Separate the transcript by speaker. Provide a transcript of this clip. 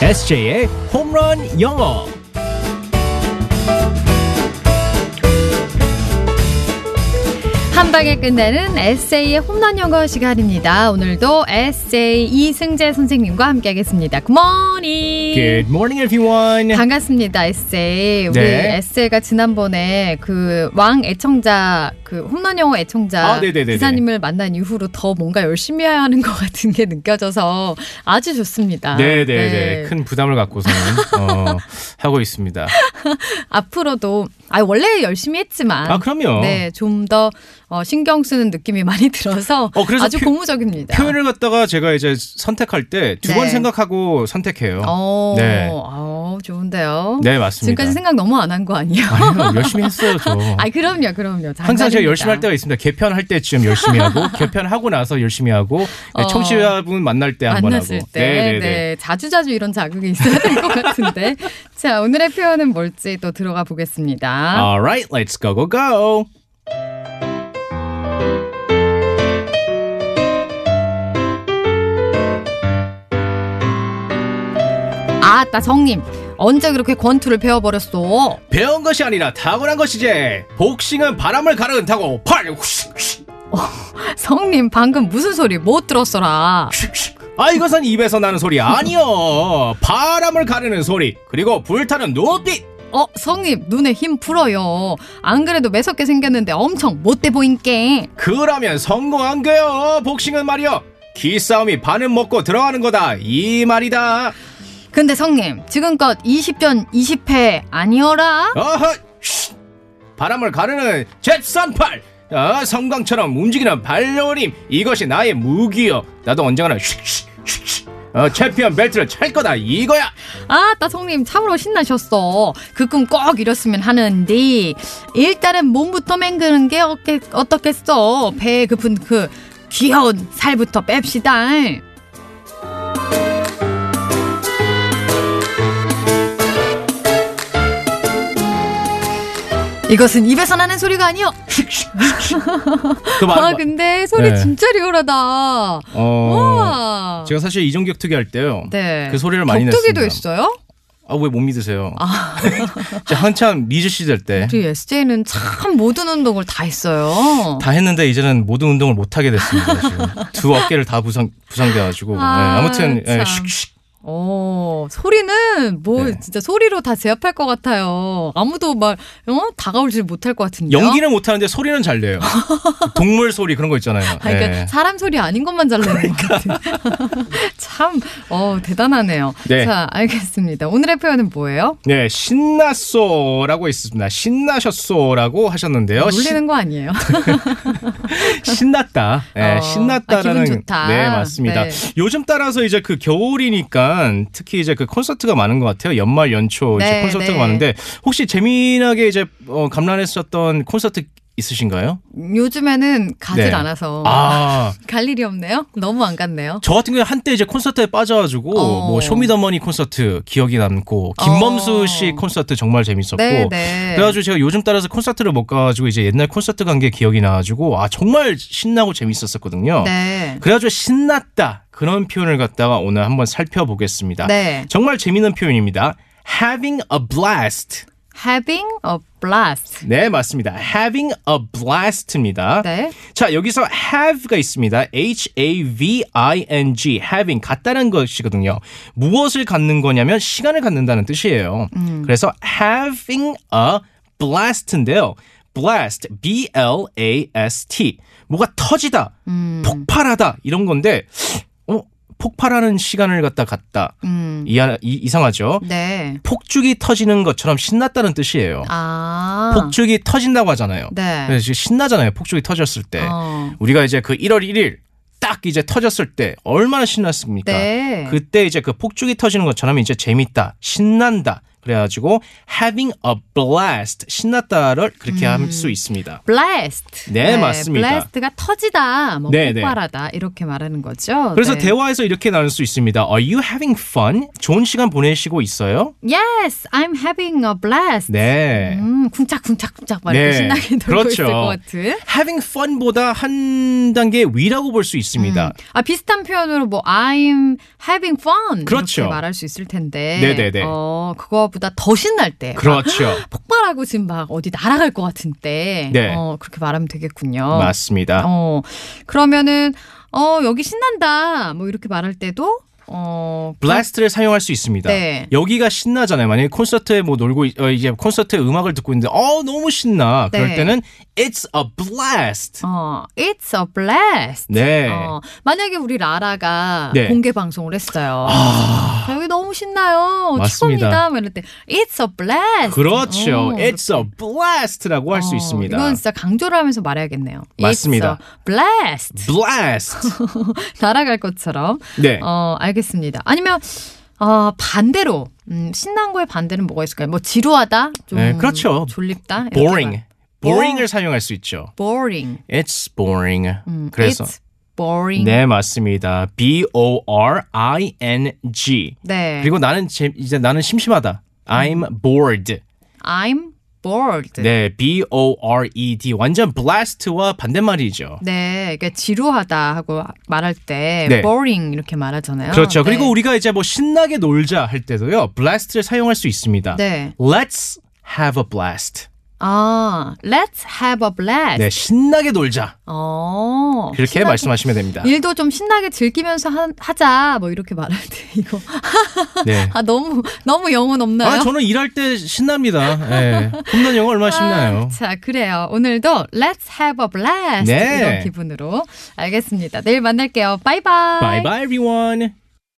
Speaker 1: SJ의 홈런 영어.
Speaker 2: 한 방에 끝내는 에세이의 홈런 영어 시간입니다. 오늘도 에세이 이승재 선생님과 함께하겠습니다. 굿모닝.
Speaker 1: Good morning, everyone.
Speaker 2: 반갑습니다, 에세이. 우리
Speaker 1: 네.
Speaker 2: 에세이가 지난번에 그 왕 애청자, 그 홈런 영어 애청자
Speaker 1: 아, 네네네네.
Speaker 2: 기사님을 만난 이후로 더 뭔가 열심히 해야 하는 것 같은 게 느껴져서 아주 좋습니다.
Speaker 3: 네, 네,
Speaker 2: 네.
Speaker 3: 네. 큰 부담을 갖고서는 어, 하고 있습니다.
Speaker 2: 앞으로도 아 원래 열심히 했지만
Speaker 3: 아, 그럼요.
Speaker 2: 네, 좀 더 어, 신경 쓰는 느낌이 많이 들어서
Speaker 3: 어, 그래서
Speaker 2: 아주
Speaker 3: 표-
Speaker 2: 고무적입니다.
Speaker 3: 표현을 갖다가 제가 이제 선택할 때 두 번
Speaker 2: 네.
Speaker 3: 생각하고 선택해요.
Speaker 2: 어,
Speaker 3: 네.
Speaker 2: 어, 좋은데요.
Speaker 3: 네, 맞습니다.
Speaker 2: 지금까지 생각 너무 안 한 거 아니에요?
Speaker 3: 아니요, 열심히 했어요, 저.
Speaker 2: 아, 그럼요, 그럼요.
Speaker 3: 항상 제가
Speaker 2: 장난입니다.
Speaker 3: 열심히 할 때가 있습니다. 개편할 때쯤 열심히 하고, 개편하고 나서 열심히 하고, 네,
Speaker 2: 어.
Speaker 3: 청취자분 만날 때 한 번 하고.
Speaker 2: 만났을 때, 네, 자주 자주 이런 자극이 있어야 될 것 같은데. 자, 오늘의 표현은 뭘지 또 들어가 보겠습니다.
Speaker 3: Alright, let's go, go, go.
Speaker 2: 아, 따 성님, 언제 그렇게 권투를 배워버렸어?
Speaker 3: 배운 것이 아니라 타고난 것이지. 복싱은 바람을 가라앉타고 팔, 휘식, 휘식,
Speaker 2: 성님, 방금 무슨 소리 못 들었어라.
Speaker 3: 슉슉. 아 이것은 입에서 나는 소리 아니요 바람을 가르는 소리 그리고 불타는 눈빛
Speaker 2: 어, 성님, 눈에 힘 풀어요. 안 그래도 매섭게 생겼는데 엄청 못돼 보인게.
Speaker 3: 그러면 성공한 거요 복싱은 말이요 기싸움이 반은 먹고 들어가는 거다 이 말이다
Speaker 2: 근데 성님, 지금껏 20전 20패 아니어라?
Speaker 3: 어허 쉿. 바람을 가르는 잽산팔 아, 성광처럼 움직이는 발놀림 이것이 나의 무기요 나도 언젠가는 슉슉 슉슉 어, 챔피언 벨트를 찰 거다 이거야
Speaker 2: 아, 따성님 참으로 신나셨어. 그 꿈 꼭 이뤘으면 하는데 일단은 몸부터 맹그는 게 어깨, 어떻겠어. 배에 급은 그 귀여운 살부터 뺍시다. 이것은 입에서 나는 소리가 아니요.
Speaker 3: 그 말-
Speaker 2: 아 근데 소리
Speaker 3: 네.
Speaker 2: 진짜 리얼하다.
Speaker 3: 어,
Speaker 2: 와.
Speaker 3: 제가 사실 이종격 투기 할 때요
Speaker 2: 네.
Speaker 3: 그 소리를 많이
Speaker 2: 격투기도
Speaker 3: 냈습니다.
Speaker 2: 했어요?
Speaker 3: 아 왜 못 믿으세요? 제가 한참 리즈 시절 때 다
Speaker 2: 우리 SJ는 참 모든 운동을 다 했어요.
Speaker 3: 했는데 이제는 모든 운동을 못 하게 됐습니다. 지금 두 어깨를 다 부상 부상돼가지고
Speaker 2: 아,
Speaker 3: 아, 무튼
Speaker 2: 참.
Speaker 3: 예, 슉슉.
Speaker 2: 오, 어, 소리는 뭐
Speaker 3: 네.
Speaker 2: 진짜 소리로 다 제압할 것 같아요. 아무도 막 어? 다가오질 못할 것 같은데요.
Speaker 3: 연기는 못 하는데 소리는 잘 내요. 동물 소리 그런 거 있잖아요.
Speaker 2: 아, 그러니까
Speaker 3: 예.
Speaker 2: 사람 소리 아닌 것만 잘 내는
Speaker 3: 그러니까.
Speaker 2: 것 같아요. 참, 어, 대단하네요.
Speaker 3: 네.
Speaker 2: 자, 알겠습니다. 오늘의 표현은 뭐예요?
Speaker 3: 네, 신났소라고 있습니다. 신나셨소라고 하셨는데요.
Speaker 2: 놀리는 거 아니에요?
Speaker 3: 신- 신났다. 예,
Speaker 2: 어,
Speaker 3: 신났다라는.
Speaker 2: 아, 기분 좋다.
Speaker 3: 네, 맞습니다.
Speaker 2: 네.
Speaker 3: 요즘 따라서 이제 그 겨울이니까 특히 이제 그 콘서트가 많은 것 같아요. 연말 연초 이제
Speaker 2: 네,
Speaker 3: 콘서트가
Speaker 2: 네.
Speaker 3: 많은데 혹시 재미나게 이제 어, 감란했었던 콘서트 있으신가요?
Speaker 2: 요즘에는 가질
Speaker 3: 네.
Speaker 2: 않아서
Speaker 3: 아,
Speaker 2: 갈 일이 없네요. 너무 안 갔네요.
Speaker 3: 저 같은 경우에 한때 이제 콘서트에 빠져가지고
Speaker 2: 어.
Speaker 3: 뭐 쇼미더머니 콘서트 기억이 남고 김범수
Speaker 2: 어.
Speaker 3: 씨 콘서트 정말 재밌었고
Speaker 2: 네, 네.
Speaker 3: 그래가지고 제가 요즘 따라서 콘서트를 못 가가지고 이제 옛날 콘서트 간 게 기억이 나가지고 아 정말 신나고 재밌었었거든요.
Speaker 2: 네.
Speaker 3: 그래가지고 신났다 그런 표현을 갖다가 오늘 한번 살펴보겠습니다.
Speaker 2: 네.
Speaker 3: 정말 재밌는 표현입니다. Having a blast.
Speaker 2: Having a blast.
Speaker 3: 네, 맞습니다. Having a blast입니다.
Speaker 2: 네.
Speaker 3: 자, 여기서 have가 있습니다. H-A-V-I-N-G, having, 갖다는 것이거든요. 무엇을 갖는 거냐면 시간을 갖는다는 뜻이에요. 그래서 having a blast인데요. blast, B-L-A-S-T. 뭐가 터지다, 폭발하다, 이런 건데, 어, 폭발하는 시간을 갖다 갖다.
Speaker 2: 음.
Speaker 3: 이, 이, 이상하죠?
Speaker 2: 네.
Speaker 3: 폭죽이 터지는 것처럼 신났다는 뜻이에요.
Speaker 2: 아.
Speaker 3: 폭죽이 터진다고 하잖아요.
Speaker 2: 네.
Speaker 3: 그래서 지금 신나잖아요. 폭죽이 터졌을 때.
Speaker 2: 어.
Speaker 3: 우리가 이제 그 1월 1일 딱 이제 터졌을 때 얼마나 신났습니까?
Speaker 2: 네.
Speaker 3: 그때 이제 그 폭죽이 터지는 것처럼 이제 재밌다, 신난다 그래가지고 having a blast 신났다를 그렇게
Speaker 2: 음.
Speaker 3: 할 수 있습니다.
Speaker 2: blessed.
Speaker 3: 네, 맞습니다.
Speaker 2: blessed가 터지다, 뭐
Speaker 3: 네, 네.
Speaker 2: 폭발하다 이렇게 말하는 거죠.
Speaker 3: 그래서
Speaker 2: 네.
Speaker 3: 대화에서 이렇게 나눌 수 있습니다. Are you having fun? 좋은 시간 보내시고 있어요?
Speaker 2: Yes, I'm having a blast.
Speaker 3: 네.
Speaker 2: 음, 쿵짝쿵짝쿵짝 말이고
Speaker 3: 네.
Speaker 2: 신나게 놀고
Speaker 3: 그렇죠.
Speaker 2: 있을 것 같은.
Speaker 3: having fun보다 한 단계 위라고 볼 수 있습니다.
Speaker 2: 아 비슷한 표현으로 뭐 I'm having fun
Speaker 3: 그렇죠.
Speaker 2: 이렇게 말할 수 있을 텐데.
Speaker 3: 네네네.
Speaker 2: 어 그거보다 더 신날 때.
Speaker 3: 그렇죠.
Speaker 2: 막 폭발하고 지금 막 어디 날아갈 것 같은 때.
Speaker 3: 네.
Speaker 2: 어 그렇게 말하면 되겠군요.
Speaker 3: 맞습니다.
Speaker 2: 어 그러면은 어 여기 신난다 뭐 이렇게 말할 때도 어
Speaker 3: 블라스트를 사용할 수 있습니다.
Speaker 2: 네.
Speaker 3: 여기가 신나잖아요. 만약에 콘서트에 뭐 놀고 있- 어, 이제 콘서트에 음악을 듣고 있는데 어 너무 신나. 그럴
Speaker 2: 네.
Speaker 3: 때는 it's a blast.
Speaker 2: 어, it's a blast.
Speaker 3: 네.
Speaker 2: 어, 만약에 우리 라라가
Speaker 3: 네.
Speaker 2: 공개 방송을 했어요. 아, 여기 너무 신나요.
Speaker 3: 맞습니다.
Speaker 2: 최고입니다. 막 이럴 때 it's a blast.
Speaker 3: 그렇죠.
Speaker 2: 어,
Speaker 3: it's a blast라고 할 수
Speaker 2: 어,
Speaker 3: 있습니다.
Speaker 2: 이건 진짜 강조를 하면서 말해야겠네요.
Speaker 3: 맞습니다.
Speaker 2: It's a blast.
Speaker 3: blast.
Speaker 2: 날아갈 것처럼.
Speaker 3: 네.
Speaker 2: 어, 알겠습니다. 아니면 어, 반대로 음, 신난 거의 반대는 뭐가 있을까요? 뭐 지루하다, 좀
Speaker 3: 네, 그렇죠.
Speaker 2: 졸립다, 이렇게
Speaker 3: boring.
Speaker 2: 말- 어.
Speaker 3: boring을 사용할 수 있죠.
Speaker 2: boring.
Speaker 3: it's boring. 그래서
Speaker 2: 음, it's boring.
Speaker 3: 네, 맞습니다. B O R I N G.
Speaker 2: 네. 음.
Speaker 3: 그리고 나는 재- 이제 나는 심심하다. I'm bored.
Speaker 2: I'm bored.
Speaker 3: 네, B O R E D 완전 blast와 반대말이죠.
Speaker 2: 네, 그러니까 지루하다 하고 말할 때
Speaker 3: 네.
Speaker 2: boring 이렇게 말하잖아요.
Speaker 3: 그렇죠. 그리고
Speaker 2: 네.
Speaker 3: 우리가 이제 뭐 신나게 놀자 할 때도요. blast를 사용할 수 있습니다.
Speaker 2: 네.
Speaker 3: Let's have a blast.
Speaker 2: 아, let's have a blast.
Speaker 3: 네, 신나게 놀자.
Speaker 2: 어.
Speaker 3: 그렇게
Speaker 2: 신나게- 예.
Speaker 3: 말씀하시면 됩니다.
Speaker 2: 일도 좀 신나게 즐기면서 하, 하자 뭐 이렇게 말할 때 이거
Speaker 3: 네.
Speaker 2: 아 너무 너무 영혼 없나요?
Speaker 3: 아, 저는 일할 때 신납니다. 예. 홈런 영어 얼마나 신나요?
Speaker 2: 자, 그래요. 오늘도 let's have a blast
Speaker 3: 네.
Speaker 2: 이런 기분으로 알겠습니다. 내일 만날게요. 바이바이.
Speaker 3: Bye bye everyone.